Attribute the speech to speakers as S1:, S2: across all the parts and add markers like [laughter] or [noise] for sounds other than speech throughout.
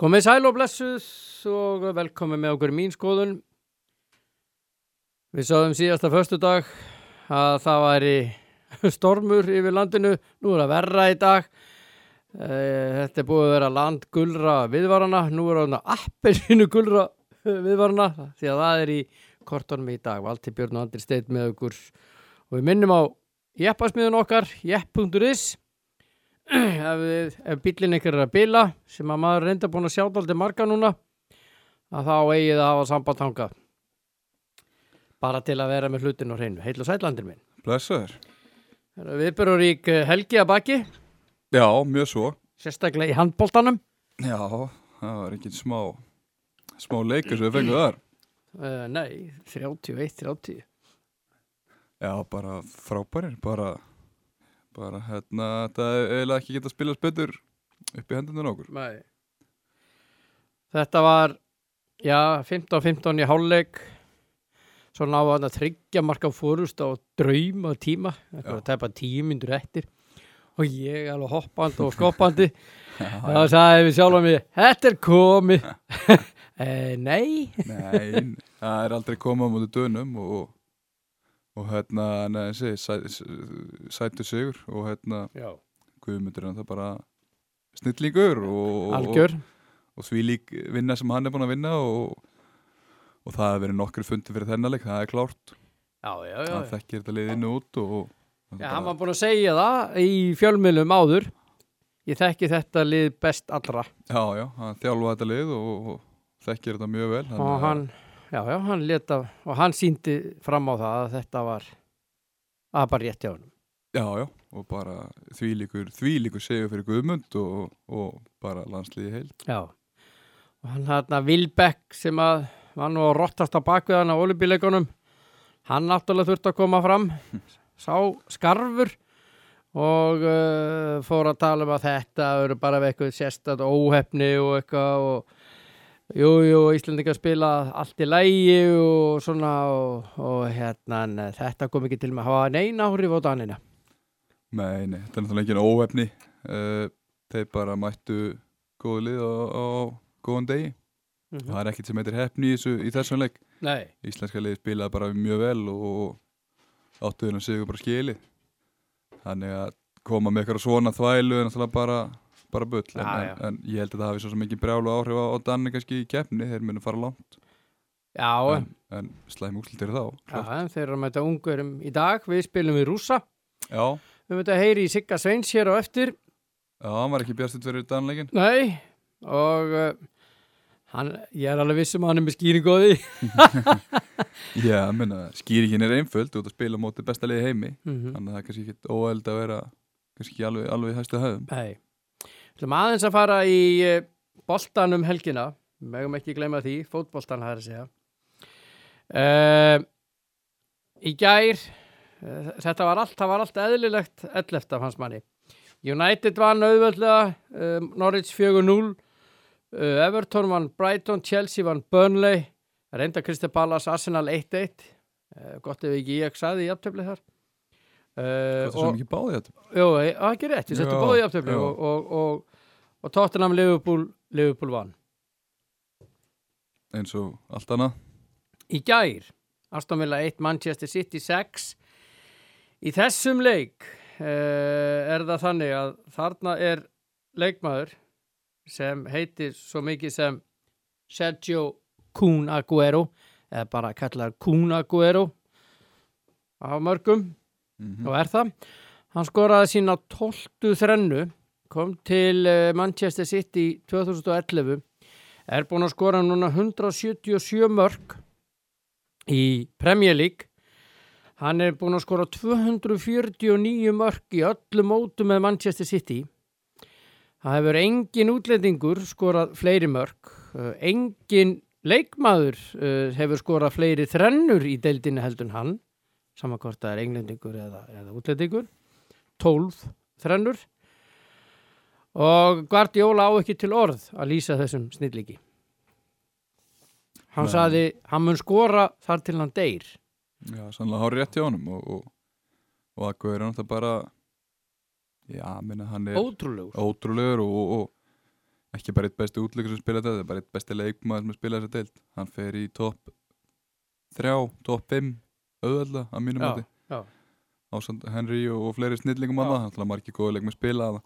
S1: Komið sæl og blessuð og velkomin með okkur í mín skoðun. Við sáðum síðasta föstu dag að það væri stormur yfir landinu, nú er það verra í dag. Eh, Þetta er búið að vera landgulra viðvarana, nú er það appelsinu gulra viðvarana því að það er í kortunum í dag. Valti Björn og Andri Steit með okkur og við minnum á jeppasmiðun okkar, jepp.is ef, við- ef bílinn ykkur er að bila sem að maður er reynda búin að sjá daldi marga núna að þá eigið að hafa samband hangað bara til að vera með hlutin og hreinu heil og sætlandir minn
S2: Blessaður.
S1: viðbyrjurík eh, helgi að baki
S2: Já, mjög svo.
S1: sérstaklega í handbóltanum
S2: Já, það var ekkert smá, smá leikur sem við fengum þar.
S1: uh, nei, 31-30
S2: Já, bara frábærir, bara, bara hérna, það er eiginlega ekki geta að spilast betur upp í hendunum á okkur.
S1: nei. þetta var já, 15-15 í hálfleik svo náðu hann að tryggja marka fórust á drauma tíma þetta
S2: Já.
S1: var að tæpa tíu myndur eftir og ég alveg hoppandi og skoppandi
S2: Já,
S1: Það sagði við sjálf að mig, þetta er komið. [laughs] eh, nei,
S2: Nei, það er aldrei komað mútið dönum og, og hérna, neðan sé, sæ, sæ- sætur sigur og hérna,
S1: Já.
S2: guðmundur er það bara snillingur og, og,
S1: algjör.
S2: og því lík vinna sem hann er búin að vinna og, og það hefur verið nokkru fundi fyrir þennan leik, það er klárt
S1: Já, já, já.
S2: hann þekkir þetta lið inn og út og, og
S1: Já, hann var búin að segja það í fjölmiðlum áður. Ég þekki þetta lið best allra.
S2: já, já, hann þjálfa þetta lið og, og þekkir þetta mjög vel
S1: Og
S2: að-
S1: hann, já, já, hann leta, og hann síndi fram á það að þetta var að bara rétt hjá hann.
S2: já, já, og bara því líkur, því líkur segjum fyrir Guðmund og, og bara landsliði heilt
S1: Já. Og hann þarna Vilbeck sem að var nú að rottast á bakvið hann á olubíleikunum. Hann náttúrulega þurfti að koma fram, sá skarfur og uh, fór að tala um að þetta eru bara við eitthvað sérstætt óhefni og eitthvað og jú, jú, Íslandingar spila allt í lægi og svona og, og hérna, en þetta kom ekki til með að hafa neina áhrif á danina.
S2: nei, nei, þetta er náttúrulega engin óefni uh, þeir bara mættu góðu lið á, á góðan degi
S1: Mhm.
S2: það er ekkert sem heitir hefni í, þessu, í þessum leik
S1: Nei.
S2: íslenska liði spilaði bara mjög vel og áttuðunum sigur bara skili þannig að koma með eitthvað svona þvælu er náttúrulega bara, bara bull en,
S1: Já,
S2: en, en ég held að það hafi svo sem ekki brjálu áhrif á, á Danni kannski í keppni, þeir munu fara langt
S1: Já,
S2: en, en slæm úslitir þá
S1: já,
S2: klart.
S1: en þeir eru að mæta ungurum í dag, við spilum við rúsa.
S2: já,
S1: Við möttum að heyri í Sigga Sveins hér á eftir.
S2: já, hann var ekki bjartut fyrir Danleikin
S1: Nei, og uh, hann, ég er alveg viss um að hann er með skýringu á því.
S2: [laughs] já, menna, skýringin er einföld út að spila á móti besta liði heimi
S1: Mhm.
S2: þannig að það er kannski ekki óeld að vera kannski ekki alveg, alveg í hæstu höfum
S1: Nei. Þú ætlum aðeins að fara í uh, boltanum helgina. Megum ekki gleyma því, fótboltan það er að segja. Uh, í gær, uh, þetta var allt, það var allt eðlilegt ellefta fannst manni. United vann auðveldlega, uh, Norwich 4-0, uh, Everton vann Brighton, Chelsea vann Burnley, reynda Kristið Pallas, Arsenal 1-1, uh, gott ef ekki ég sagði í aftöfli þar. Uh,
S2: þetta er svo mikið báði þetta
S1: Jó, það er ekki rétt, ég settu
S2: Já,
S1: báði í aftöflu
S2: já.
S1: og, og, og, og Tottenham Liverpool, Liverpool vann.
S2: eins og allt annað
S1: Í gær, Aston Villa 1, Manchester City 6. Í þessum leik eh, er það þannig að þarna er leikmaður sem heitir svo mikið sem Sergio Kun Aguero, eða bara kallar Kun Aguero á mörgum.
S2: mm
S1: og er það hann skoraði sína 12 þrennu kom til eh, Manchester City 2011 er búinn að skora núna 177 mörg í Premier League hann er búinn að skora 249 mörg í öllu mótu með Manchester City það hefur engin útlendingur skorað fleiri mörg eh, engin leikmaður eh, hefur skorað fleiri þrennur í deildinu heldur en hann saman hvort það er englendingur eða, eða útlendingur 12 þrennur og Guardiola á ekki til orð að lýsa þessum snillíki hann
S2: Nei.
S1: saði hann mun skora þar til hann deyr
S2: Já, sannlega hár rétt hjá honum og, og, og Akku er náttúrulega bara já, minna hann er
S1: ótrúlegur
S2: ótrúlegur og, og, og ekki bara eitt besti útlöku sem spila þetta, það er bara eitt besti leikmaður sem spila þessa deild, hann fer í topp 3, topp 5 auðvölda að mínum
S1: já,
S2: mati
S1: já,
S2: ásand Henry og, og fleiri snillingum
S1: Já.
S2: að það, hann margir góði leikmaður spila að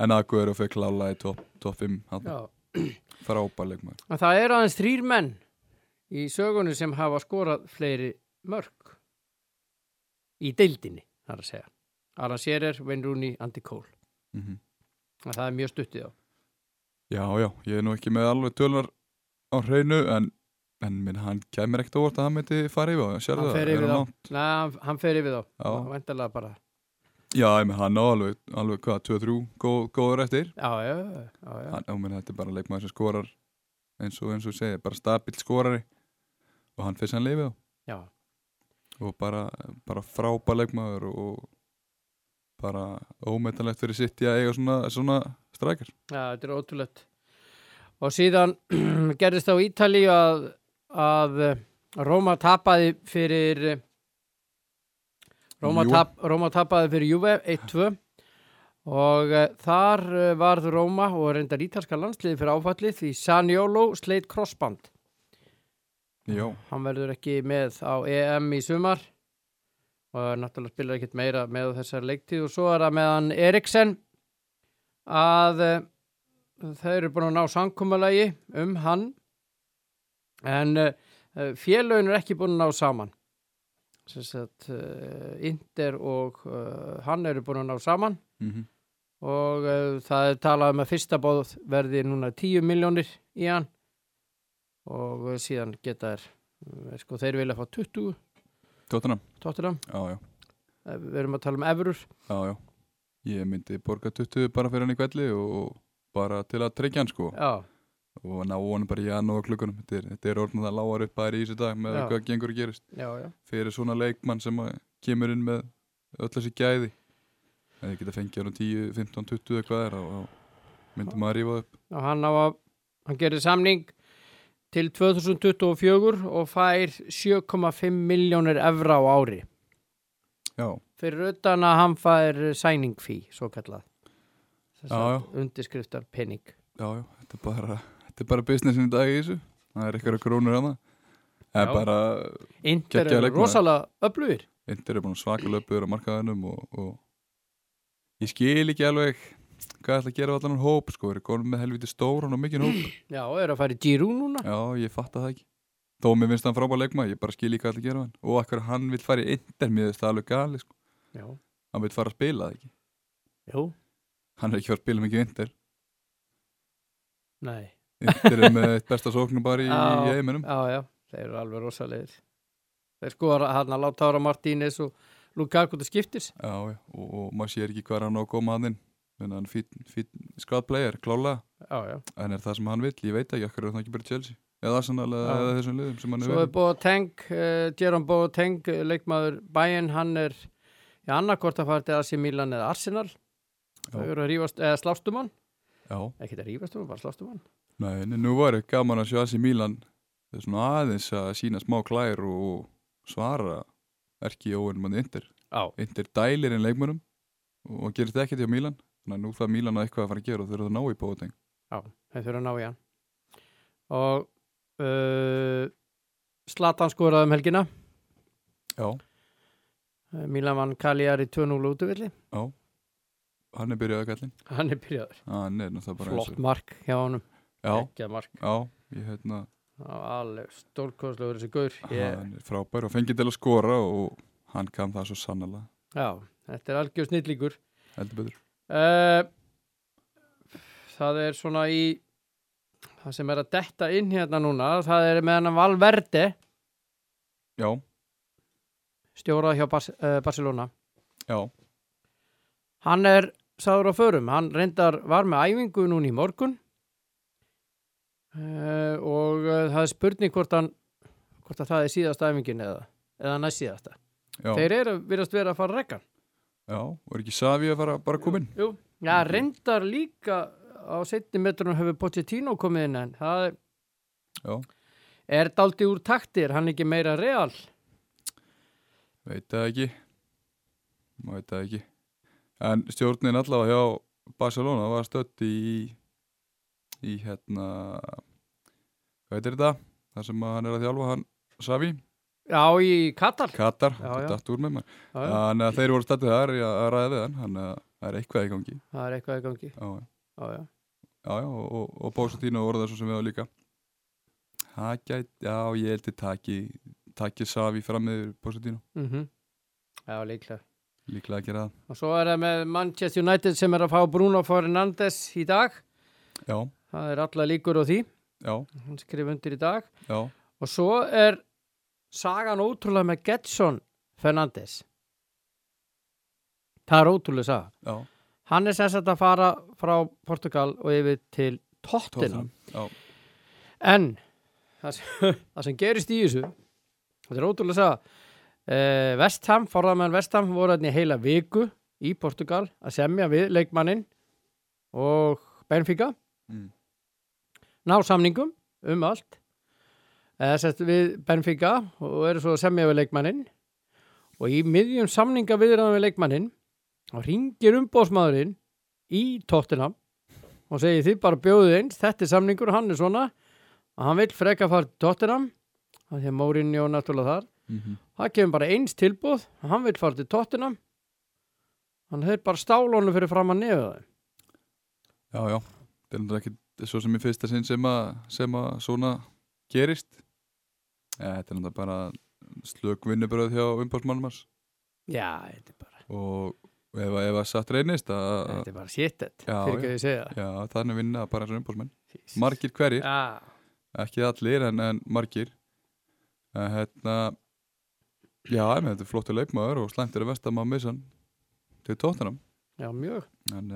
S2: en Aguero fer klála í topp top 5 hann,
S1: já.
S2: frábær leikmaður
S1: En það er aðeins þrýr menn í sögunni sem hafa skorað fleiri mörg í deildinni, þar að segja. Alan Shearer, Wayne Rooney, Andy Cole.
S2: mm
S1: En það er mjög stuttið á.
S2: Já, já, ég er nú ekki með alveg tölunar á hreinu en, en minn, hann kemur ekkert óvart að hann myndi fara yfir á, sérðu
S1: Hann
S2: það,
S1: fer
S2: er
S1: yfir
S2: hann
S1: þá.
S2: á-
S1: Nei, hann, hann fer yfir þá.
S2: Já.
S1: Vendalega bara.
S2: Já, ég með hann á alveg, alveg hvað, 2-3 góð, góður eftir
S1: Já, já, já, já, já.
S2: hann, á, minn, þetta er bara leikmaður sem skorar eins og eins og ég segi, bara stabilt skorari og hann fyrst hann lifið á
S1: já.
S2: og bara, bara frábær leikmaður og bara ómetanlegt fyrir sitt í að eiga svona, svona strækar
S1: Já, þetta er ótrúlegt. Og síðan [clears throat] gerðist á Ítalíu að, að eh, Róma tapaði fyrir eh, Róma,
S2: Jú.
S1: tap, Róma tapaði fyrir Juve 1-2 og uh, þar uh, varð Róma og reyndar ítalska landsliði fyrir áfallið því Sanjólo sleit crossband.
S2: Já,
S1: Hann verður ekki með á EM í sumar og náttúrulega spilar ekkert meira með á þessar leiktíð og svo er það meðan Eriksen að eh, þeir eru búin að ná samkommalagi um hann en eh, eh, félögin er ekki búin að ná saman þess að uh, Inder og uh, hann eru búin að ná saman
S2: mm
S1: og uh, það er talað um að fyrsta bóð verði núna 10 miljónir í hann og uh, síðan geta þær uh, sko þeir vilja fá 20
S2: Tottenham,
S1: tóttina,
S2: já, já
S1: við erum að tala um efurur
S2: Já, já. Ég myndi borga 20 bara fyrir hann í kvelli og bara til að tryggja hann sko
S1: já,
S2: og ná honum bara í janúar klukkunum þetta er, þetta er orðin það lágar upp aðri í þessu dag með
S1: Já.
S2: hvað gengur að gerist
S1: já, já,
S2: fyrir svona leikmann sem að kemur inn með öll þessi gæði ef þið geta fengið hann á 10, 15, 20 eða hvað er og, og myndi maður að rífa upp
S1: og hann á að hann gerir samning til 2024 og fær 7,5 miljónir evra á ári
S2: Já,
S1: fyrir utan að hann fær signing fee, svo kallað
S2: Já, já.
S1: undirskriftar penning
S2: já, já, þetta er bara þetta er bara businessin í dag í þessu það er eitthvað krónur hana það
S1: Já.
S2: er bara,
S1: Inter
S2: Geggjaður
S1: eru
S2: leikmaður.
S1: rosalega öflugir
S2: Inter er búin að svaka löpuður á markaðinum og, og ég skil ekki alveg hvað ætla að gera við allan hann hóp sko, er góðum með helviti stóran og mikinn hóp
S1: [clears throat] já, eru að fara í Giroud núna
S2: Já, ég fatta það ekki Þó mér finnst hann frábær leikmaður, ég bara skil ekki hvað allir gera við hann Og akkur hann vil fara í Inter, mér finnst það alveg gali sko.
S1: já,
S2: Hann vil fara að spila það ekki
S1: jú,
S2: Hann er ekki fara að spila mikið í Inter
S1: nei
S2: Inter er með eitt besta sóknum bara í, í
S1: Já,
S2: heiminum
S1: já, já, þeir eru alveg rosalegir þeir sko hann að láta ára Martínez og Lukaku til skiptis
S2: Já, já, og, og maður sér ekki hvað hann á að koma hann inn Þannig að hann fýtt fít, skadplayer, klálega
S1: já, já,
S2: En er það sem hann vil, ég veit ekki, akkur er það ekki bara í Chelsea Eða Arsenal eða,
S1: Já.
S2: eða þessum liðum sem hann er
S1: svo er
S2: verið
S1: Boateng uh, Jerome Boateng, eh, leikmaður Bayern, hann er í annarkort að fara til AC Milan eða Arsenal þau
S2: Já.
S1: eru að rífast, eða slástumann
S2: Já,
S1: ekki að rífast, um hún var slástumann
S2: nei, en nú var ekki gaman að sjá þessi Milan Svona aðeins að sína smá klær og svara Erki óin mann Inter
S1: já,
S2: Inter dælir inn leikmönnum og gerist ekkert hjá Mílan þannig að nú það Mílan að eitthvað að fara að gera og þau eru að ná í bóting
S1: þeir þurfa að ná í hann og uh, Slatan skoraði um helgina
S2: Já,
S1: Eh, Milan vann Kaliari 2-0 útvilli
S2: hann er byrjaði að kallin
S1: hann er byrjaður,
S2: hann er náttúrulega bara
S1: flott mark hjá honum
S2: Já,
S1: ekki að mark
S2: já, ég hérna
S1: Það var alveg stórkostlegur þessi gaur. Ég,
S2: hann er frábær og fengið til að skora og hann kann það svo sannlega
S1: já, þetta er algjör snillíkur.
S2: heldur betur
S1: Uh, það er svona í, það sem er að detta inn hérna núna, það er með hennan Valverde,
S2: Já,
S1: stjórað hjá Bas, uh, Barcelona.
S2: já,
S1: Hann er sáður á förum, hann reyndar var með æfingu núna í morgun uh, og uh, það er spurning hvort, hann, hvort að það er síðasta æfingin eða, eða næst síðasta.
S2: já,
S1: Þeir eru virðast vera að fara að rekka.
S2: já og er ekki Savi að fara bara að koma inn
S1: Jú, já, reyndar líka á setni metrunum hefur Pochettino komið inn en það er-
S2: Já.
S1: er daldi úr taktir, hann ekki meira real.
S2: Veit það ekki Má veit það ekki En stjórnin allavega hjá Barcelona var stött í í hérna hvað heitir þetta? Það sem að hann er að þjálfa hann Savi,
S1: Já, í Katal.
S2: Katar,
S1: Já,
S2: þetta
S1: já.
S2: er datt úr með maður
S1: Já, já,
S2: Þannig að þeir voru stættið þar í að að ræða við hann þannig að það er eitthvað í gangi
S1: það er eitthvað í gangi.
S2: Já, já,
S1: Já, já.
S2: já, og, og, og Bósatínu voru það svo sem við á líka Það gæti, já, ég held heldur taki taki Savi fram meður Bósatínu
S1: Mm Já, líklega.
S2: líklega að gera
S1: Og svo er það með Manchester United sem er að fá Bruno Fernandes í dag.
S2: það Já,
S1: Það er alla líkur á því.
S2: já,
S1: Hann skrif undir í dag.
S2: já,
S1: Og svo er sagan ótrúlega með Getson Fernandes. Það er ótrúlega saga.
S2: já,
S1: Hann er sem sagt að fara frá Portugal og yfir til Tottenham.
S2: Tottenham, já,
S1: En það sem, [laughs] það sem gerist í þessu þetta er ótrúlega að sagða eh, Vestham, forðamenn Vestham voru hann í heila viku í Portugal að semja við leikmannin og Benfica
S2: mm.
S1: ná samningum um allt eða sett við Benfica og eru svo að semja við leikmannin og í miðjum samninga viðraðum við leikmannin og ringir umbóðsmaðurinn í tóttina og segir þið bara bjóðu eins, þetta er samningur hann er svona að hann vil freka fara til tóttina af því að Mórin Jón náttúrulega þar
S2: Mm
S1: það kemur bara eins tilbúð að hann vil fara til tóttina hann hefur bara stálónu fyrir fram að nefða þeim
S2: Já, já, það er náttúrulega ekki svo sem í fyrsta sinn sem að, sem að svona gerist. Eh, Þetta er náttúrulega bara slök vinnubröð hjá umbásmannum hans
S1: já, þetta er bara,
S2: og ef, að- ef að satt reynist að,
S1: þetta er bara séttet
S2: Já,
S1: fyrir ekki
S2: já.
S1: að ég segja það.
S2: já, þannig vinna bara eins og umbásmenn.
S1: Jesus.
S2: Margir hverjir,
S1: já,
S2: ekki allir en, en margir. En hérna, já, en þetta er flottu leikmaður og slæmt er að vestam að missa hann til tóttanum.
S1: já, mjög
S2: Hann,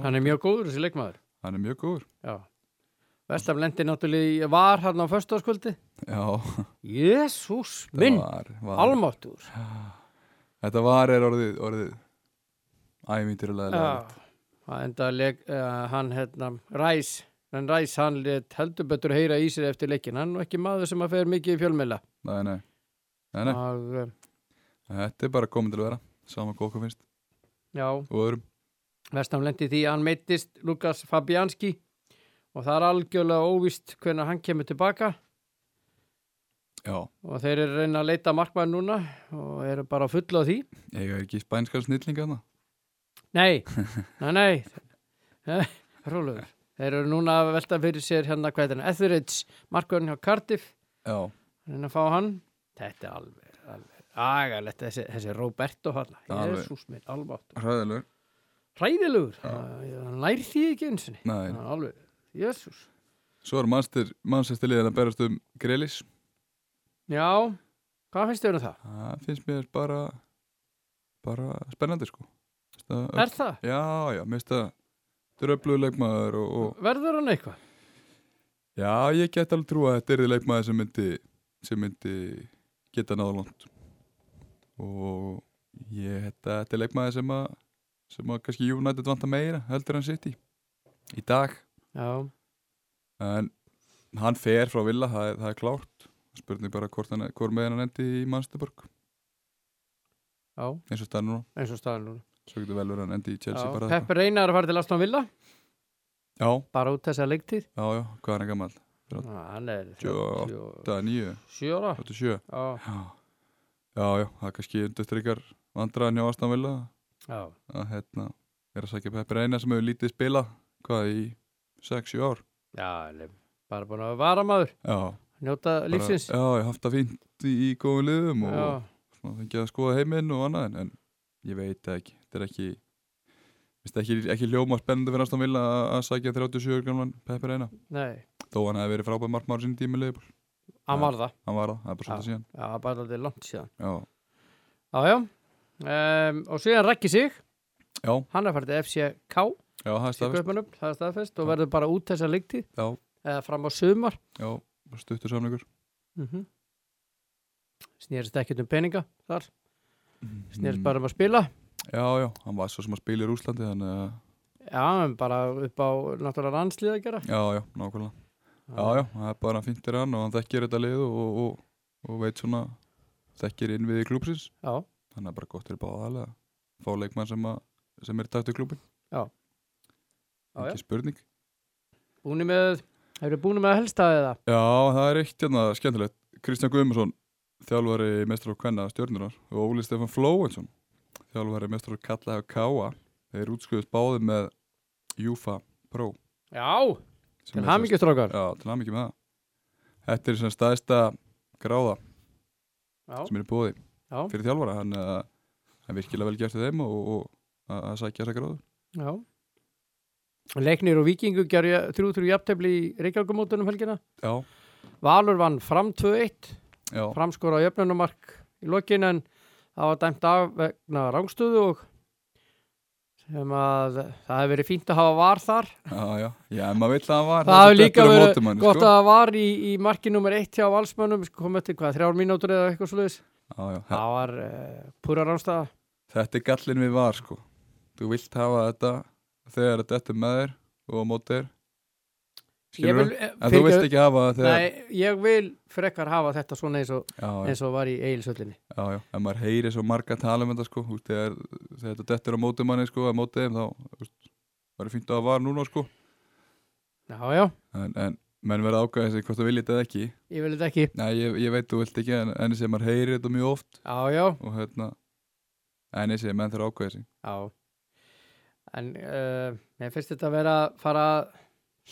S1: hann er mjög góður þessi leikmaður
S2: hann er mjög góður.
S1: já Vestam lendi náttúrulega í- var hann á föstaskvöldi
S2: Já,
S1: Jésús
S2: það
S1: minn,
S2: var, var
S1: almáttur
S2: Þetta var er orðið, orðið æmyndirulega
S1: Já,
S2: leðilegt.
S1: það endaði leik, uh, hann hérna, Ræs, en Ræs hann let heldur betur heyra í sér eftir leikin, hann er nú ekki maður sem að fer mikið í fjölmela.
S2: Nei, nei. Nei, nei.
S1: Og, uh,
S2: Þetta er bara komin til að vera. Sama hvað okkur finnst.
S1: já,
S2: Og öðrum.
S1: vestam lendi því að hann meittist Lukas Fabianski og það er algjörlega óvist hvernig hann kemur tilbaka
S2: Já.
S1: og þeir eru að reyna að leita markmann núna og eru bara fulla á því.
S2: Ég er ekki spænskar snillinga þarna.
S1: Nei, nei, nei, nei, rúluður. Þeir eru núna að velta fyrir sér hérna hvað er hann, Etheridge, markmann hjá Cardiff
S2: Já.
S1: reyna að fá hann þetta er alveg, alveg agalegt þessi, þessi Roberto hann
S2: Alveg.
S1: Jésús minn, alveg
S2: Hræðilegur.
S1: hræðilegur,
S2: Já.
S1: Æ, hann lær því ekki eins og
S2: Nei.
S1: niður, alveg, Jésús
S2: Svo er mannstir, mannstir liðan að berast um grillis.
S1: já, hvað finnst þér um það?
S2: Það finnst mér bara, bara spennandi sko. Finnst Það,
S1: er það?
S2: já, já, mér finnst það dröfluð leikmaður og, og
S1: verður hann eitthvað?
S2: já, ég get alveg trú að þetta er leikmaður sem myndi, sem myndi geta náðalónt og ég þetta, þetta er leikmaður sem að sem að kannski United vantar meira heldur hann sitt í í dag
S1: já,
S2: en hann fer frá Villa, það er, það er klárt spurning bara hvort hann, hvort með hann endi í Mansterburg
S1: já,
S2: eins og staðar núna,
S1: eins og staðan núna
S2: svo getur vel verið hann endi í Chelsea
S1: já,
S2: bara þetta.
S1: Peppi Reynar að fara til Aston Villa
S2: Já,
S1: bara út þessa leiktíð
S2: já, já, hvað er hann gammal? Já.
S1: Ná, hann er
S2: 28.
S1: 37
S2: Það er nýju,
S1: ára
S2: 87
S1: já,
S2: Já, já, já, það er kannski undirstrykjar vandræðan hjá Aston Villa
S1: já,
S2: að hérna er að sækja Peppi Reina sem hefur lítið spila hvað í 6-7 ár
S1: já hann er bara búin að vara maður
S2: já,
S1: njóta lífsins
S2: já, ég haft það fínt í, í góðum liðum og
S1: já,
S2: svona, fengið að skoða heiminn og annað en, en ég veit það ekki þetta er ekki Vist ekki, ekki ljóma spennandi fyrir Aston Villa að- að sækja 37 gamlan Peppi Reina
S1: nei,
S2: þó hann hefði verið frábæð margmáður sinni tími leifból
S1: hann
S2: Já.
S1: var það
S2: hann var það, það er bara svolítið síðan
S1: Já, bara þetta er langt síðan.
S2: já,
S1: Já, já. Um, og síðan Rækki sig,
S2: já,
S1: hann er farið til FCK,
S2: já, það er staðfest
S1: Sigurðbjörnum, það er staðfest og
S2: Já.
S1: verður bara út þessa leiktíð
S2: já,
S1: eða fram á sumar.
S2: já, stuttur samlingur
S1: Mm -hmm. Snýrist ekkert um peninga þar,
S2: Mm.
S1: snýrist bara um að spila.
S2: já, já, hann var svo sem að spila í Rúslandi þannig að,
S1: Já, en bara upp á náttúrulega rannslið að gera.
S2: já, já, nákvæmlega Já, já, það er bara fint fyrir hann og hann þekkir þetta lið og, og, og veit svona þekkir inn við klúpsins
S1: Já,
S2: þannig að bara gott er báða aðlega fá leikmann sem, að, sem er takt í klúpin
S1: Já. Já, já.
S2: ekki spurning
S1: Búni með, hefur búin með að helsta eða?
S2: Já, það er eitt hérna skemmtilegt. Kristján Guðmundsson, þjálfari mestrar og kvenna stjörnurar og Óli Stefán Flóensson, þjálfari mestrar og kalla og káa. Þeir útskjöðust báði með Júfa Pro.
S1: Já,
S2: sem
S1: til
S2: er
S1: hamingjur strókar.
S2: Já, til hamingi með það. Þetta er svona staðista gráða
S1: Já,
S2: sem er búið
S1: já,
S2: fyrir þjálfara. Hann eh, hann er virkilega vel gert í þeim og, og að að sækja þessa gráðu.
S1: já. Leiknir og vikingu gerði þrjú-þrjú jafntefli í Reykjavíkumótunum helgina.
S2: Já,
S1: Valur vann fram 2-1,
S2: já,
S1: framskora jöfnunumark í lokin en það var dæmt af vegna rángstöðu og sem að það hefði verið fínt að hafa var þar.
S2: já, já. Já, en maður vill að hann var.
S1: Það hefði líka
S2: dettur á
S1: verið
S2: móti manni,
S1: gott
S2: sko.
S1: að það var í, í marki nummer 1 hjá valsmönnum, sko, kom eftir hvað, þrjár mínútur eða eitthvað slúðis.
S2: Já, já.
S1: Það var uh, púra rángstæða.
S2: Þetta er gallin við var sko Þú vilt hafa þetta þegar þetta er með þér og á móti þér
S1: Ég
S2: Skilur
S1: vil, eh,
S2: En þú vilt
S1: fyrirgefðu-
S2: ekki hafa það þegar
S1: Nei, ég vil frekar hafa þetta svona eins og,
S2: já, já,
S1: eins og var í eigilsöllinni.
S2: já, já, en maður heyri svo marga tala um þetta sko Þú veist, þegar, þegar þetta dettur á móti manni sko að móti þeim þá þú veist, var fínt að það var núna sko
S1: Já, já,
S2: en, en menn verða ágæða þessi hvort þú viljið þetta eða ekki
S1: ég vil þetta ekki.
S2: Nei, ég, ég veit þú vilt ekki en enni sem maður heyri þetta mjög oft
S1: Já, já,
S2: og hérna enni sem menn þarf að ágæða þessi
S1: já. En uh, mér finnst þetta að vera að fara að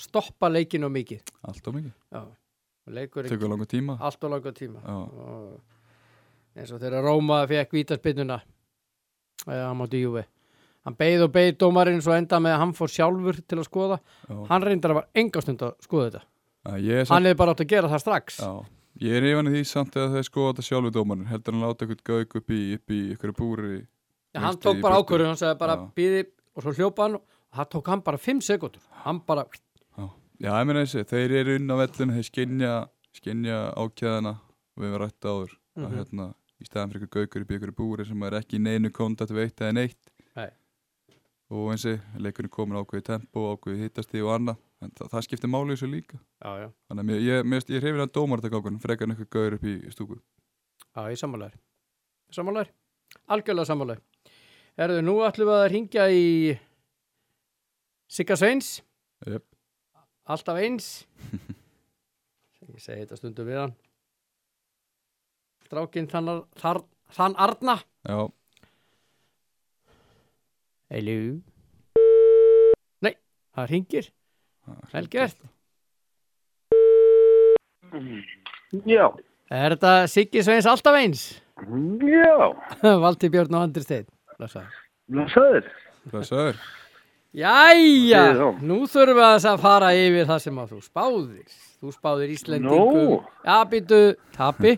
S1: stoppa leikinu mikið.
S2: Allt á mikið,
S1: Já, og leikur ekki
S2: tekur langan tíma
S1: allt og langa tíma.
S2: Já,
S1: Og eins og þegar Róma eh, fekk vítaspinnuna, eða hann mátti júfi. Hann beið og beið dómarinn svo enda með að hann fór sjálfur til að skoða.
S2: já.
S1: Hann reyndar að var engastund að skoða þetta.
S2: Æ, ég er samt-
S1: Hann hefði bara átt að gera það strax.
S2: Já, ég er yfirna því samt að þau skoða þetta sjálfur dómarinn heldur hann að láta eitthvað gauk upp í, upp í ykkur búri
S1: Já, hann
S2: Veistu,
S1: tók
S2: í
S1: bara
S2: burtu.
S1: ákvörðu, hann sagði bara
S2: Já.
S1: býði og svo hljópa hann og það tók hann bara 5 sekundur. Hann bara,
S2: Já, ég meina þessi, þeir eru inn á vellinu þeir skinja, skinja ákjæðana við erum rætt áður
S1: mm
S2: að hérna, í staðan fyrir eitthvað gaukur upp í ykkur búri sem er ekki í neinu kontakt við eitt eða neitt
S1: Nei.
S2: og eins og leikurinn er komin ákveði tempo, ákveði hittasti og annað en það, það skiptir máli í þessu líka
S1: já, já,
S2: þannig að mér- ég, mér, finnst- ég hrifin að dómar þetta gákun frekar en eitthvað gaukur upp í stúku
S1: já, ég sammálaður. Sammálaður? Algjörlega sammálaður. Erðu, nú ætlum við að ringja í Sigga Sveins.
S2: Jöp.
S1: Alltaf eins. ég segi þetta stundum við hann. Strákinn þann, þar, þann Arna.
S2: Já,
S1: Hello. Nei, það ringir. Vel gert.
S3: Já,
S1: Er þetta Siggi Sveins alltaf eins? [laughs]
S3: já,
S1: Valdi Björn og Andri Steinn Blessaður.
S3: blessaður.
S1: [laughs]
S2: Blessaður.
S1: Jæja,
S3: Hvað segir þú?
S1: nú þurfum við þess að fara yfir það sem að þú spáðir Þú spáðir Íslendingum
S3: Nú.
S1: Já, býtu,
S3: [laughs]
S1: tapi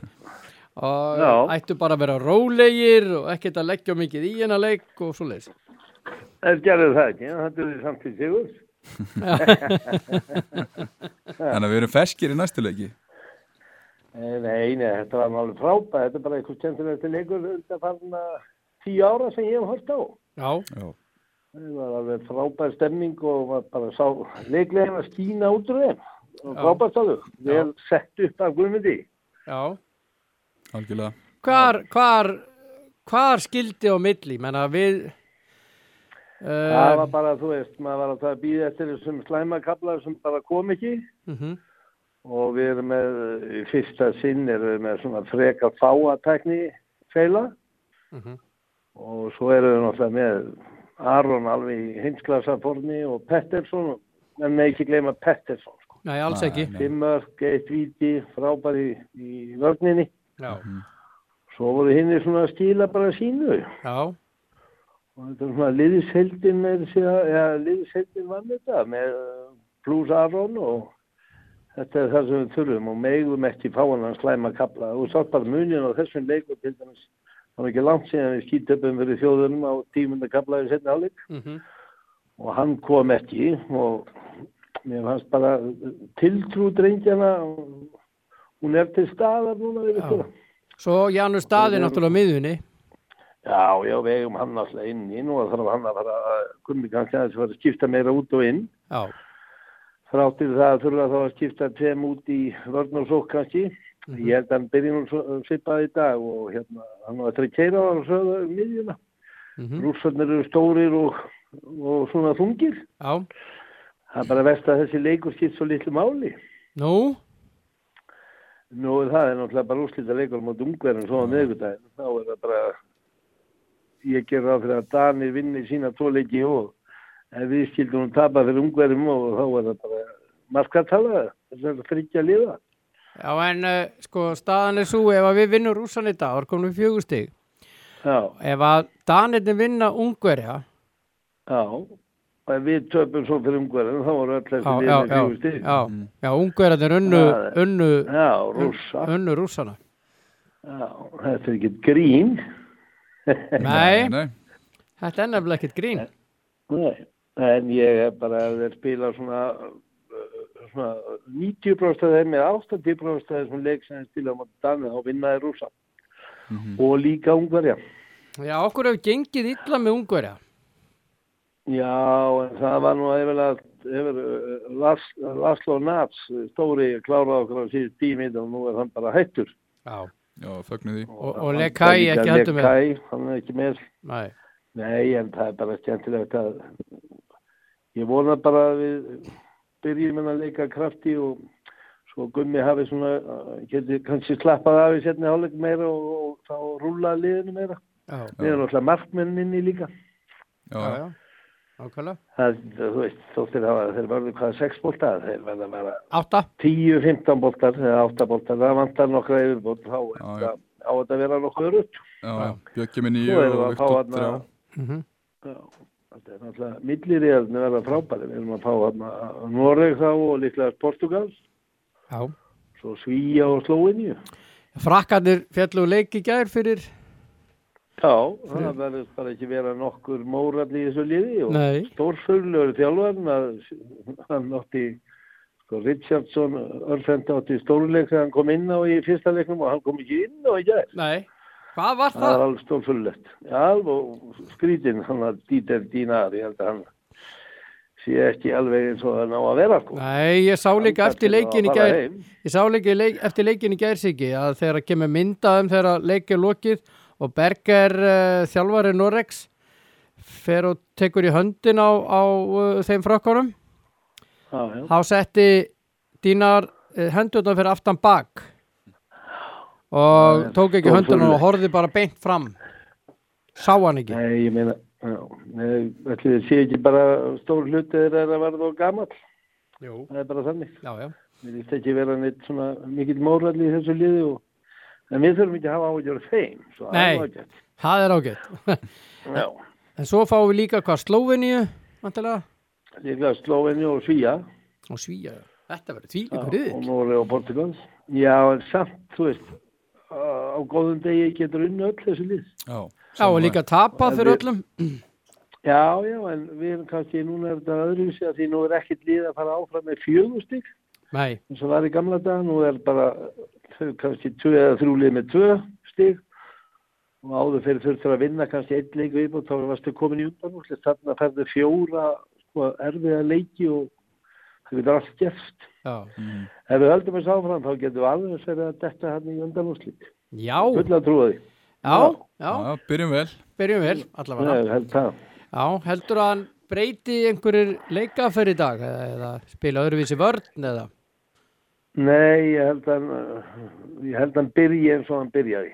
S1: og
S3: Já.
S1: ættu bara að vera rólegir og ekkert að leggja of mikið í hennar leik og svo leis
S3: Þeir gerðu það ekki, en það duði samt til sigur.
S2: Þannig að við erum feskir í næstu leiki
S3: Eh, Nei, nei, þetta var nú alveg frábæð, þetta er bara eitthvað skemmtilegti leikur þetta fann að tíu ára sem ég hef hort á.
S1: Já,
S2: Já,
S3: Það var alveg frábæð stemming og var bara sá leiklegin að skína út úr þeim.
S1: Já.
S3: Og frábæð stáðu,
S1: Já.
S3: vel sett upp af Guðmundi.
S1: já
S2: algjörlega
S1: Hvar, hvar, hvar skildi á milli? Menna við
S3: Það
S1: uh,
S3: var bara, þú veist, maður var alltaf að býða eftir þessum slæmakablar sem bara kom ekki.
S1: uh -huh,
S3: og við erum með í fyrsta sinn erum við með svona frekar fáatekni feila og svo erum við náttúrulega með Aron alveg í heimsklassaforni og Pettersson en með ekki gleyma Pettersson sko.
S1: Nei, alls
S2: Nei,
S1: ekki
S2: nei.
S3: Fimmörk, eitt viti, frábæri í vörninni
S1: Já,
S2: Mhm.
S3: svo voru hinn svona að stíla bara sínu
S1: já,
S3: og þetta er svona liðisheldin með sig að, eða liðisheldin vann þetta með eh, Blues Aron og þetta er það sem við þurfum og megum ekki fáanlega slæma kapla og sátt bara munin á þessum leikum til dæmis það var ekki langt síðan við skítöpum fyrir þjóðunum á tímunda kapla í setna áleik
S1: mhm
S3: og hann kom ekki og mér fannst bara uh, tiltrú drengjana hún er til staðar núna við
S1: Já.
S3: þetta
S1: Svo Janus Daði náttúrulega á miðunni
S3: Já, já, við eigum hann alltaf inn í nú og þarf hann að fara að gummi kannski aðeins fara að skipta meira út og inn
S1: Já,
S3: þráttir það þurfa þá að skipta tveim út í vörn og sók kannski
S1: Mhm.
S3: ég held að hann byrja nú svo- um svipað í dag og hérna, hann var eftir að keira á hann sögða um miðjuna,
S1: mm
S3: rússarnir eru stórir og, og svona þungir
S1: já,
S3: Það er bara verst að þessi leikur skipt svo litlu máli.
S1: Nú,
S3: Nú, það er náttúrulega bara úrslita leikur mot ungverðum svo á meðgudaginn. Þá er það bara, ég ger það fyrir að Danir vinni sína tvo leiki í hóð. En við skildum að tapa fyrir ungverðum og þá er það bara maskatala, þess að friggja liða.
S1: já en uh, sko staðan er svo ef að við vinnum rússan í dag, þá komum við fjögustig.
S3: Já,
S1: Ef að Danirni vinna ungverja,
S3: já. Og ef við töpum svo fyrir ungverðum, þá voru öll
S1: já,
S3: þessi
S1: já,
S3: liðið
S1: já,
S3: fjóðu stið.
S1: já, já ungverjarnir unnu,
S3: Það er-
S1: unnu,
S3: Já, rússa.
S1: unnu rússana.
S3: Já, þetta er ekki grín.
S1: Nei,
S2: Nei,
S1: þetta er nefnilega ekkert grín.
S3: Nei, en ég er bara að þeir spila svona, uh, svona 90% af þeim eða 80% af þessum leik sem þeir spila á móti Danið og vinnaði rúsa og líka ungverja.
S1: Já, okkur hefur gengið illa með ungverja.
S3: Já, en það var nú eða hefur uh, Las- Laszlo Nats stóri kláraði okkur á síðust tímið og nú er hann bara hættur.
S1: Já.
S2: já, fögnu því
S1: Og,
S3: Hann
S1: og Lekai
S3: líka
S1: ekki heldur með.
S3: Lekai, hann er ekki með.
S1: Nei.
S3: Nei, en það er bara skemmtilegt að ég vona bara að við byrjum hérna að leika krafti og svo gummi hafi svona, uh, geti kannski slappað af í setni hálfleik meira og, og þá rúla liðinu meira.
S1: Já,
S3: Við erum alltaf markmenninni líka.
S2: Já,
S1: já,
S2: já,
S1: já. Ákvæmlega.
S3: Það, þú veist, þóttir hafa, þeir verður hvað, 6 boltar, þeir verða að vera
S1: Átta.
S3: 10-15 boltar eða 8 boltar, það vantar nokkra yfirbótt, þá er
S2: Já, já.
S3: þetta- á þetta að vera nokkuð rutt.
S2: já. Bjöggi með nýju
S3: Svo
S2: og
S3: erum við að fá
S2: Viktor
S3: hérna
S2: þrjá
S1: Mm
S3: Já, þetta er náttúrulega, millirriðarnir verða frábæri, við erum að fá hérna Noreg þá og líklega Portugal,
S1: Já.
S3: svo Svíja og Slóinju.
S1: Frakkandir fjallu leik í gær fyrir
S3: Já, það verður bara ekki vera nokkur mórall í þessu liði og
S1: Nei.
S3: stórfurlegur þjálfarn að hann átti, sko Richardson örfendi átti stórleik þegar hann kom inn á í fyrsta leiknum og hann kom ekki inn á í gær.
S1: Nei, hvað var
S3: Það
S1: það?
S3: er alveg stórfullett. Já, alveg skrítinn hann að Dieter Dínar, ég held að hann sé ekki alveg eins og hann á að vera, sko.
S1: Nei, ég sá líka eftir leikin í
S3: Hann
S1: gær
S3: bara heim.
S1: Ég sá líka leik, eftir leikin í gær Siggi að þegar að kemur myndaðum þegar að leik er lokið og Berger uh, þjálfari Norex fer og tekur í höndin á, á uh, þeim frökkunum
S3: Já, já.
S1: þá setti dínar uh, höndunum fyrir aftan bak og tók ekki höndunum og horfði bara beint fram sá hann ekki
S3: Nei, ég meina, já, nei, ætli þið sé ekki bara stór hluti þeirra er að verða og gamall,
S1: Jú.
S3: það er bara þannig.
S1: Já, já,
S3: Mér líst ekki vera neitt svona mikill mórall í þessu liði og, en við þurfum ekki að hafa áhugjur þeim, svo það
S1: Nei.
S3: er ágætt.
S1: það er ágætt [laughs]
S3: Já,
S1: En svo fáum við líka hvað Slóveníu vantilega
S3: líklega Slóveni og Svíja
S1: og Svíja. Þetta verður því
S3: já,
S1: líka
S3: og
S1: riðil.
S3: Nóri og Portugals. Já, en samt, þú veist, á á góðum degi getur unni öll þessu lið.
S2: Já,
S1: Já og líka tapa
S3: Það
S1: fyrir
S3: er-
S1: öllum.
S3: Já, já, en við erum kannski, núna er þetta öðruvísi að því nú er ekkert lið að fara áfram með fjögustík.
S1: Nei,
S3: eins og var í gamla dag, nú er bara þau kannski tvö eða þrjúlið með tvö stig og áður fyrir þurftur að vinna kannski einn leik við og þá varstu komin í undanúsli þarna færðu fjóra sko, erfiða leiki og það getur allt gerst
S1: já.
S3: Mm. ef við höldum þessu áfram þá getum við alveg að segja að detta hann í undanúsli
S1: Já,
S3: fulla trúið
S1: já, já,
S2: Já, byrjum vel
S1: byrjum vel allavega.
S3: Nei, held það.
S1: Já, heldur að hann breyti einhverjir leika fyrir í dag eða, eða spila öðruvísi vörn eða.
S3: Nei, ég held hann uh, ég held hann byrji eins og hann byrjaði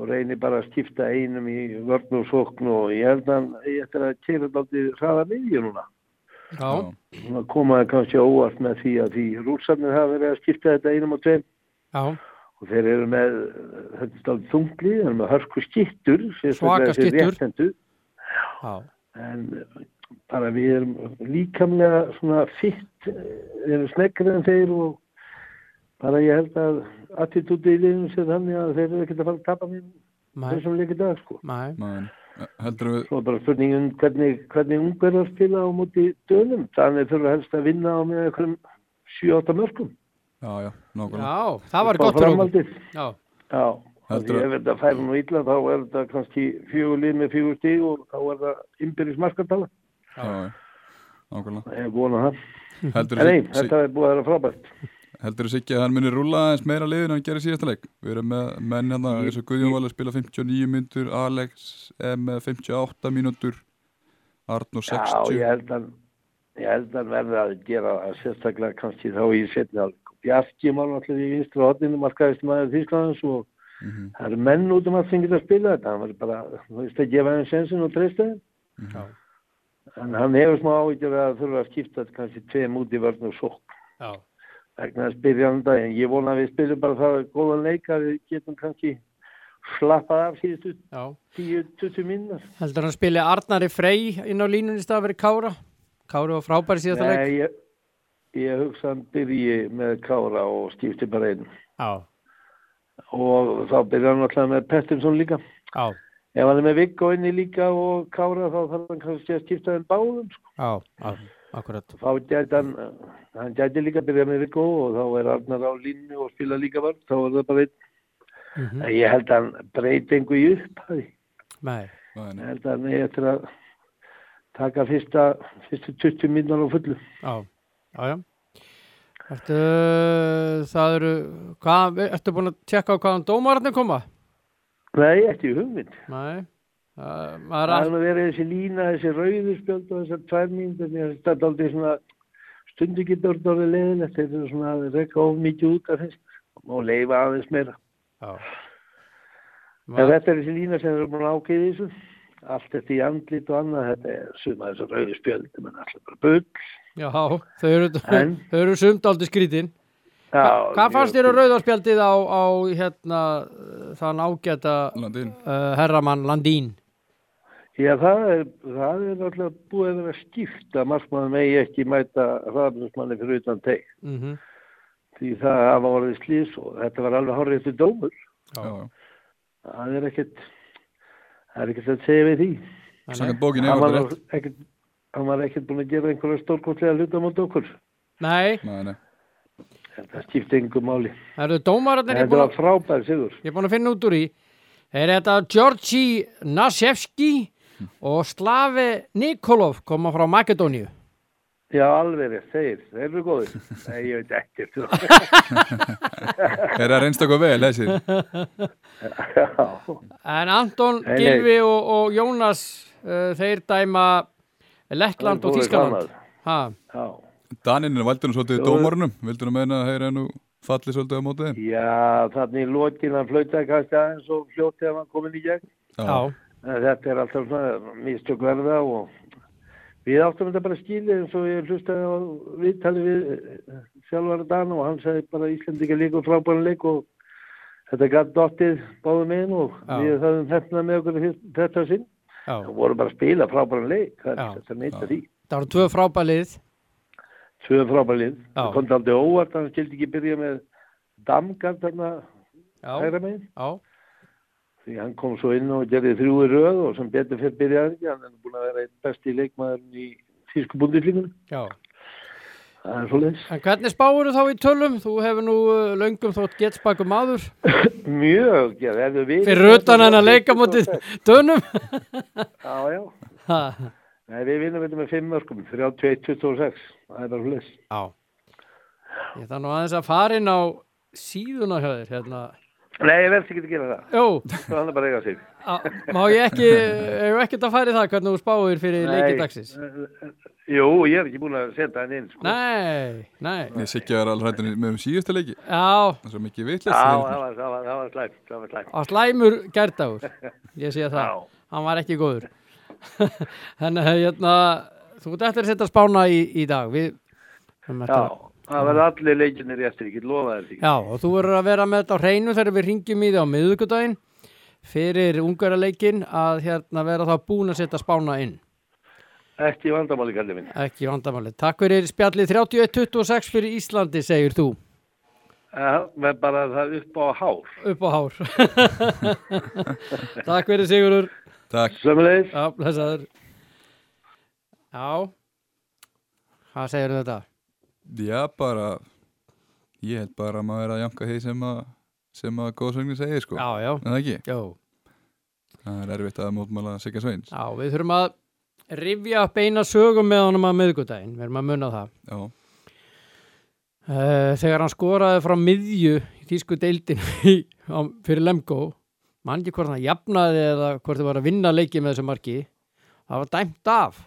S3: og reyni bara að skipta einum í vörn og sókn og ég held hann ég ætti að keira þátti hraða miðju núna
S1: Já,
S3: og komaði kannski óvart með því að því rússarnir hafa verið að skipta þetta einum og tveim
S1: já,
S3: og þeir eru með uh, þetta er stáð þungli, þeir eru með hörku skittur
S1: Svaka skyttur.
S3: réttendu,
S1: já,
S3: en uh, bara við erum líkamlega svona fitt við erum snekkri en þeir og bara ég held að attitúti í liðinu sér þannig að þeir eru ekkert að fara að tapa mér
S1: mæ,
S3: þessum leikir dag sko
S1: mæ,
S2: Man, heldur við
S3: Svo er bara spurningum hvernig, hvernig ungverðar spila á móti dönum. Þannig þurfa helst að vinna á með einhverjum 7-8 mörgum.
S2: Já, já, nákvæmlega
S1: já, það var gott fyrir okkur.
S3: okkur.
S1: Já,
S3: Já, af
S2: Heldur
S3: því
S2: að-
S3: ef þetta færi nú illa þá er þetta kannski fjögur lið með fjögur stíg og þá er það innbyrðis markartala.
S2: Já, já, [laughs] nákvæmlega
S3: Ég er búin að það.
S2: Heldur
S3: En nei,
S2: við
S3: þetta er búið að vera frábært.
S2: Heldur þú sikki að hann muni rúla aðeins meira liðin en hann gerir síðasta leik? Við erum með menn hérna, eins og Guðjón Valur spila 59 myndur, Alex er með 58 mínútur, Arnur
S3: Já,
S2: 60.
S3: ég held að ég held að verða að gera það sérstaklega kannski þá í setni hálfleik. Bjarki var náttúrulega í vinstra hodninu markaðist maður Þýsklands og
S2: Mhm.
S3: það eru menn út um allt sem geta að spila þetta hann var bara, þú veist að gefa henni sensin og treysta þeim.
S1: Já.
S3: en hann hefur smá áhyggjur að þurfa að skipta kannski tveim út í vörn og sók
S1: Já,
S3: vegna að spyrja hann um daginn ég vona að við spilum bara það góðan leik að við getum kannski slappað af síðustu
S1: já.
S3: 10-20 minnar
S1: Heldur hann að spili Arnari Frey inn á línunni í stað fyrir Kára? Kára var frábæri síðasta leik.
S3: Nei, ég, ég hugsa hann byrji með Kára og skipti bara einn
S1: Já,
S3: og þá byrja hann alltaf með Pettinsson líka
S1: já,
S3: ef hann er með Viggo inni líka og Kára þá þarf hann kannski að skipta þeim báðum sko.
S1: já, já, akkurat.
S3: þá gæti hann hann gæti líka að byrja með Viggo og þá er Arnar á línu og spila líka vörð þá er það bara einn
S1: Mhm.
S3: en ég held að hann breyti einhver í upphæði
S1: Nei,
S2: Nei,
S3: ég
S2: nei.
S3: held að hann er eftir að taka fyrsta, fyrstu 20 minnar á fullu
S1: já, já, já. Ertu, það eru, hvað, ertu búin að tjekka á hvaðan dómararnir koma?
S3: nei, ekki hugmynd
S1: Nei, það maður er
S3: það
S1: allt,
S3: er að vera þessi lína, þessi rauðu spjöld og þessar tvær mínútur mér finnst þetta aldrei svona stundu getur þetta orðið leiðilegt þetta er svona að rekka of mikið út af þess og leifa aðeins meira
S1: já.
S3: en
S1: Maður,
S3: þetta er þessi lína sem er búin að ákveði þessu allt þetta í andlit og annað þetta er svona þessar rauðu spjöld menn alltaf bara bull
S1: já, þau eru, [laughs]
S3: En?
S1: þau eru sumt aldrei skrítin.
S3: Já,
S1: Hva, hvað
S3: mjög
S1: fannst þér um á
S3: bull.
S1: rauðarspjaldið á, á hérna, þann ágæta
S2: Landin.
S1: uh, herramann Landín?
S3: Já, það er, það er náttúrulega búið að vera skipt að markmann megi ekki mæta hraðbjörnsmanni fyrir utan teik
S1: Mm
S3: því það hafa orðið slís og þetta var alveg horrið eftir dómur
S2: Já, já.
S3: það er ekkert það er ekkert að segja við því
S2: Sangan bókin
S3: hann
S2: er
S3: var,
S2: alltaf rétt.
S3: ekkert, hann var ekkert búin að gera einhverja stórkostlega hluta mot okkur
S1: Nei,
S2: Nei, nei.
S3: þetta skipti engum máli
S1: eru dómararnir ég er
S3: þetta
S1: búin
S3: var
S1: að-
S3: frábær sigur
S1: ég er búin að finna út úr í. Er þetta Georgi Nasevski og Slavi Nikolov koma frá Makedóníu?
S3: já alveg rétt, þeir, þeir eru góðir nei ég veit ekkert
S2: Er það reynst okkur vel, þessi? [laughs]
S3: Já.
S1: En Anton,
S3: Nei, nei.
S1: Gilvi og, og Jónas, uh, þeir dæma Lettland
S3: [laughs] Þeir
S1: og
S3: fóru
S1: Þískaland.
S3: fram að-
S1: Ha,
S3: já.
S2: Daninu valdur hann svolítið
S3: Jó.
S2: dómarunum. Vildur hann meina að heyra nú fallið svolítið á mótið þeim?
S3: já þannig í lokin hann flautaði kannski aðeins og fljótt ef hann komin í gegn
S1: já,
S3: En Eh, þetta er alltaf svona mistök verða og við áttum þetta bara skilið eins og ég hlustaði á viðtali við sjálfvara Dan og hann sagði bara Íslandika líka frábæran leik og þetta gætt dottið báðum einn og
S1: Já.
S3: við höfum hefnað með okkur í fyrst- þetta sinn
S1: já.
S3: og voru bara að spila frábæran leik það
S1: Já.
S3: er þetta neita
S2: Já.
S3: því
S1: Það eru tvö frábælið.
S3: tvö frábælið,
S1: Já.
S3: það kom það aldrei óvart hann skildi ekki byrja með damgar þarna
S1: Já,
S3: hægra megin
S1: já,
S3: því hann kom svo inn og gerði þrjúi röð og sem betur fyrir byrjaði ekki hann er búin að vera einn besti leikmaðurinn í tísku búndislingunum
S1: já.
S3: það er svo [laughs] leiðis
S1: En hvernig spáur þú þá í tölum? Þú hefur nú uh, löngum þótt getsbakum maður.
S3: mjög, já, það er við
S1: Fyrir utan hennar leika mótið dönum.
S3: já, já,
S1: [laughs] Ha,
S3: Nei, við vinnum þetta með fimm mörgum 31-26, það er bara svo leiðis
S1: Já. Ég þarf nú aðeins að fara inn á síðuna hjá þér hérna.
S3: nei, ég verðs ekki að gera það
S1: Jó,
S3: það er bara að eiga sig
S1: á, má ég ekki, hefur ekkert að fara í það hvernig þú spáir fyrir
S3: [laughs] Nei.
S1: leikidagsins?
S3: jú, ég er ekki búin að setja hann inn sko. já,
S1: Nei, nei.
S2: Ég sikki að vera alveg hættin með um síðustu leiki.
S1: Já,
S2: Það er svo mikið vitlist.
S3: það var, það var, það var slæmt það var slæmt
S1: á slæmur gærdagur. Ég sé það.
S3: Já.
S1: Hann var ekki góður. [laughs] Þannig að hérna, þú ert eftir að setja spána í, í dag. Við, um
S3: já, það verða allir leikinir eftir, ég get lofa þér því
S1: Já, og þú verður að vera með þetta á hreinu þegar við ringjum í þig á miðugudaginn fyrir ungarleikin að hérna vera þá búin að setja spána inn.
S3: ekki vandamáli kallið minn
S1: Ekki vandamáli. Takk fyrir spjallið 31-26 fyrir Íslandi, segir þú,
S3: Já, Eh, með bara það upp á hár
S1: upp á hár. [laughs] Takk fyrir Sigurur.
S2: Takk.
S3: sömulegis,
S1: Já, blessaður. Já, hvað segir þetta?
S2: Já, bara, ég held bara að maður er að janka því sem að, sem að góðsögnin segir, sko.
S1: Já, já,
S2: En það ekki.
S1: já.
S2: Það er erfitt að mótmála Sigga Sveins.
S1: Já, við þurfum að rifja upp eina sögum með honum á miðugudaginn. Við erum að munna það.
S2: Já,
S1: Eh, þegar hann skoraði frá miðju í tísku deildinu [laughs] í- á- fyrir Lemko mann ekki hvort hann jafnaði eða hvort þið var að vinna leikið með þessu marki það var dæmt af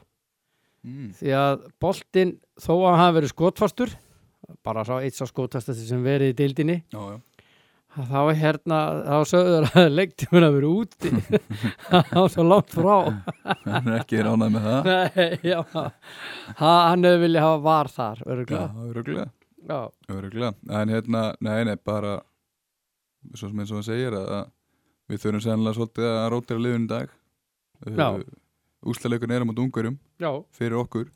S2: mm.
S1: því að boltinn þó að hann hafi verið skotfastur bara sá eitt sá skotfastasti sem verið í dildinni
S2: Já, já,
S1: þá er hérna, þá sögður að leiktímuna verið úti [laughs] þá er svo langt frá
S2: hann er ekki ránað með það
S1: Nei, já, Ha- hann hefur viljað hafa var þar
S2: Já,
S1: örgulega
S2: öruglega,
S1: já.
S2: öruglega En hérna, nei, nei, bara Svo sem eins og hann segir að að Við þurfum sennilega svolítið að rótira liðun í dag
S1: Já.
S2: Úsleikun er á mót ungurum
S1: já,
S2: fyrir okkur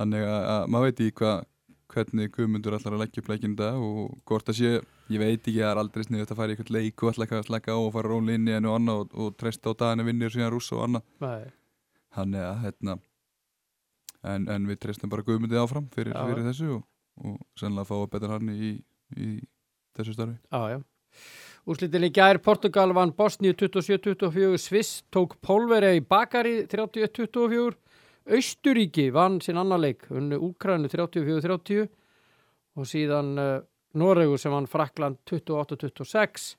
S2: Þannig að, að maður veit í hvað hvernig guðmundur allar að leggja upp leikinn í dag og hvort að sé, ég veit ekki að það er aldrei sniðið að fara í eitthvað leik og alltaf að slaka á og fara rónli inn í enn og annað og, og treysta á daginu vinnir síðan rússa og annað
S1: nei,
S2: Þannig að hérna en, en við treystum bara guðmyndið áfram fyrir,
S1: Já.
S2: fyrir þessu og, og sennilega fá að betra hann í, í þessu starfi.
S1: já, já Úrslitin í gær Portugal vann Bosníu 27-24, Sviss tók Pólverja í Bakari 31-24 Austuríki vann sinn annar leik, unnu Úkrænu 34-30 og síðan uh, Noregu sem vann Frakland 28-26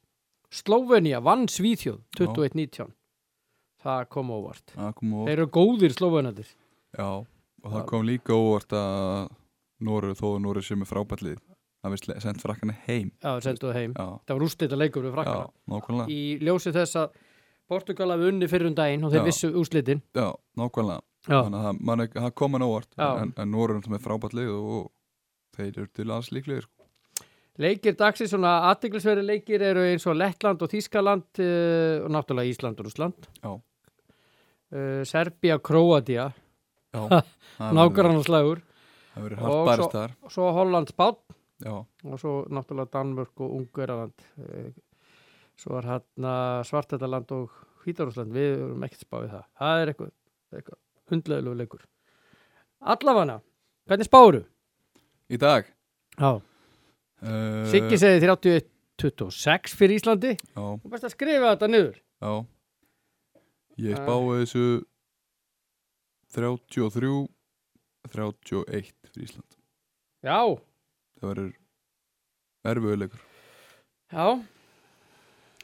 S1: Slóvenja vann Svíþjóð 21-19 Það kom óvart
S2: Það kom og,
S1: Þeir eru góðir slóvenandir
S2: já, og það
S1: Já.
S2: kom líka óvart að Nóru, þó að Nóru sem er frábætlið að við sle- sendt frakkana heim.
S1: Já, þeir sendu það heim
S2: Já,
S1: Það var úrslita leikur við
S2: já,
S1: frakkana
S2: nákvæmlega.
S1: Í ljósi þess að Portugal hafi unni fyrir um daginn og þeir
S2: Já.
S1: vissu úrslitin
S2: Já, nákvæmlega.
S1: Já,
S2: Þannig að það- man ekki- það kom hann óvart
S1: Já.
S2: en, en Nóru er náttúrulega frábætlið og þeir eru til alls
S1: [laughs]
S2: líklegir. sko.
S1: Leikir dagsins, svona aðtiklisveri leikir eru eins og Lettland og Þískaland uh, og náttúrulega Ísland og Úsland.
S2: Já.
S1: Uh, Serbia, Kroatia,
S2: Já, það verður-
S1: nágrannaslagur,
S2: Það verður
S1: Og
S2: hart
S1: svo-
S2: barist þar.
S1: og svo Holland, Spán
S2: Já,
S1: og svo náttúrulega Danmörk og Ungverjaland. Uh, svo er hérna Svartættaland og Hvítarúsland, við erum ekkert spáið það. Það er eitthvað, eitthvað hundleðilegu leikur. Allafana, hvernig spáru?
S2: í dag.
S1: Já.
S2: Uh,
S1: Siggi segi 31-26 fyrir Íslandi.
S2: Já,
S1: Þú best að skrifa þetta niður.
S2: Já Ég
S1: Það-
S2: spáði þessu 33 31 fyrir Ísland
S1: Já.
S2: Það verður erfiðuleikur
S1: Já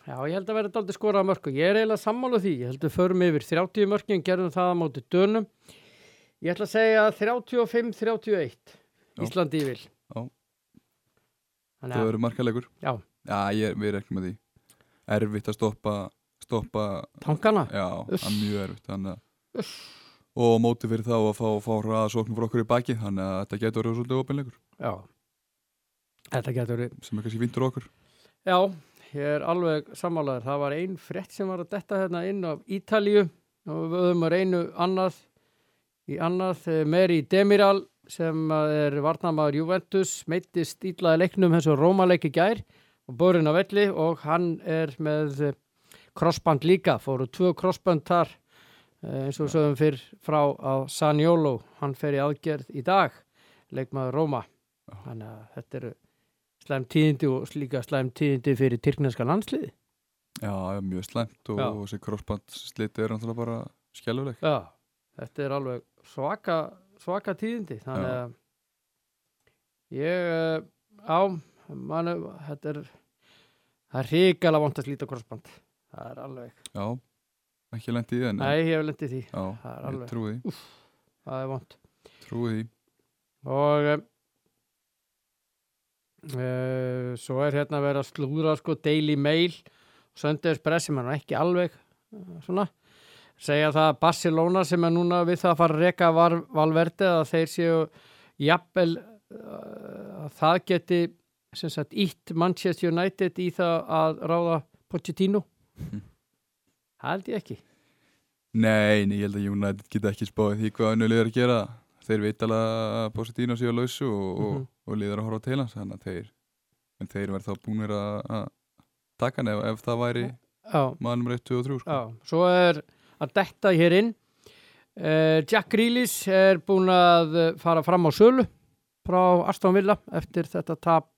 S1: Já, ég held að verða aldrei skorað að mörku. Ég er eiginlega sammála því. Ég held að förum yfir 30 mörkin, gerðum það á móti dönum. Ég ætla að segja 35-31.
S2: Já.
S1: Íslandi yfir.
S2: Já.
S1: Þannig
S2: Það
S1: að,
S2: verður markaleikur
S1: Já.
S2: Já, ég, við reknum með því Erfitt að stoppa stoppa,
S1: tankana.
S2: já, það er mjög erfitt þannig að
S1: Uss.
S2: Og á móti fyrir þá að fá, fá hraðasóknum frá okkur í baki Þannig að þetta getur verið svolítið opinleikur
S1: Já. Þetta getur verið.
S2: Sem er kannski vindur okkur
S1: Já, ég er alveg sammálaður. Það var ein frétt sem var að detta hérna inn af Ítalíu og við höfum að reynu annað í annað eh, Meri Demiral sem að er varnamaður Juventus meittist ítlaði leiknum hins og Rómaleiki gær og bórin á velli og hann er með eh, krossband líka, fóru tvö krossband þar eh, eins og við sögum fyrr frá að Sanjólo hann fer í aðgerð í dag leikmaður Róma þannig að þetta eru slæm tíðindi og líka slæm tíðindi fyrir tyrkneska landsliði
S2: Já, mjög slæmt og,
S1: Já.
S2: og þessi krossband slitið er náttúrulega bara skelluleik
S1: Já, þetta er alveg svaka, svaka tíðindi þannig
S2: Já.
S1: að ég eh, á manu, þetta er það er hrikalega vant að slíta korsband það er alveg,
S2: Já, ekki lent í það
S1: nei, ég hef lendið því
S2: Já,
S1: það er
S2: ég
S1: alveg,
S2: trúi því,
S1: það er vant
S2: trúi því.
S1: og e, svo er hérna að vera að slúðra sko Daily Mail og Sunday Express sem er nú ekki alveg eh, svona segja það að Barcelona sem er núna við það að fara að reka var, valverdi að þeir séu jafnvel eh, að það geti sem sagt ítt Manchester United í það að ráða Pochettino
S2: Mhm.
S1: Það held ég ekki
S2: Nei, nei, ég held að United geta ekki spáið því hvað önnu liður að gera. Þeir veit alveg að Positino sé á lausu og,
S1: Mhm.
S2: og, og liður að horfa til hans, þannig að þeir, en þeir verð þá búinir að að taka hann ef, ef það væri
S1: Já,
S2: mannum reitt 2 og 3, sko.
S1: Já, svo er að detta hér inn uh, Jack Grealis er búin að eh, fara fram á sölu frá Aston Villa eftir þetta tap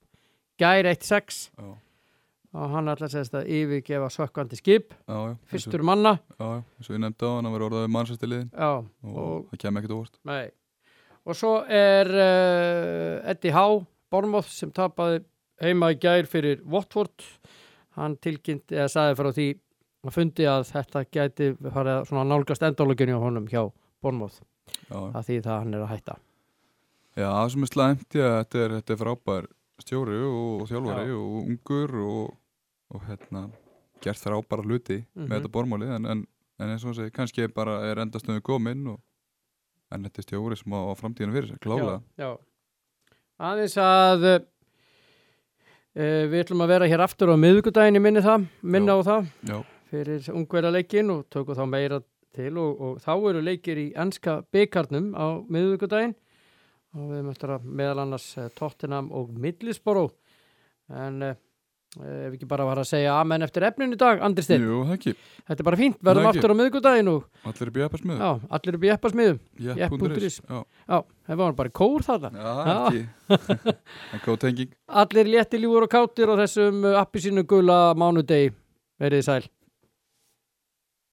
S1: gær 1-6
S2: Já,
S1: og hann ætla að segja að yfirgefa sökkvandi skip
S2: já, já.
S1: fyrstur manna
S2: eins og- Já, já, eins og ég nefndi á hann, hann verður orðað við mannsæstiliðin
S1: já,
S2: og,
S1: Og-
S2: það kemur ekkert óvart.
S1: nei og svo er uh, Eddie Howe Bormoth sem tapaði heima í gær fyrir Watford hann tilkynnt eða sagði frá því að fundi að þetta gæti farið að svona nálgast endalöginni á honum hjá Bormoth
S2: já.
S1: að því það hann er að hætta
S2: Já, það sem er slæmt, já, þetta er, þetta er frábær stjóri og, og þjálfari
S1: Já.
S2: og ungur og, og hérna, gert frábæra hluti
S1: Mhm.
S2: með þetta bormáli, en, en, en eins og hann segi, kannski er bara er endastöðu komin og, en þetta er stjóri sem á, á framtíðinu fyrir sér, klálega.
S1: já, já. aðeins að uh, við ætlum að vera hér aftur á miðvikudaginn, ég minni það minna á það
S2: Já,
S1: fyrir ungverðarleikin og tökum þá meira til og, og þá eru leikir í ennska byggarnum á miðvíkudaginn og við möttum að meðal annars eh, Tottenham og Middlesborough en eh, eh, ef ekki bara var að segja amen eftir efnin í dag, Andri Steinn,
S2: jú, það ekki,
S1: þetta er bara fínt verðum
S2: Takk.
S1: aftur á miðvíkudaginn og
S2: allir er bjöpast með
S1: já, allir upp í eppasmiðum
S2: það,
S1: jepp.is.
S2: Já,
S1: já, það var bara kór þarna
S2: já, það ekki,
S1: [laughs]
S2: en góð tenging.
S1: uh, allir létti ljúur og kátir á þessum appisínu gula mánudegi, verið þið sæl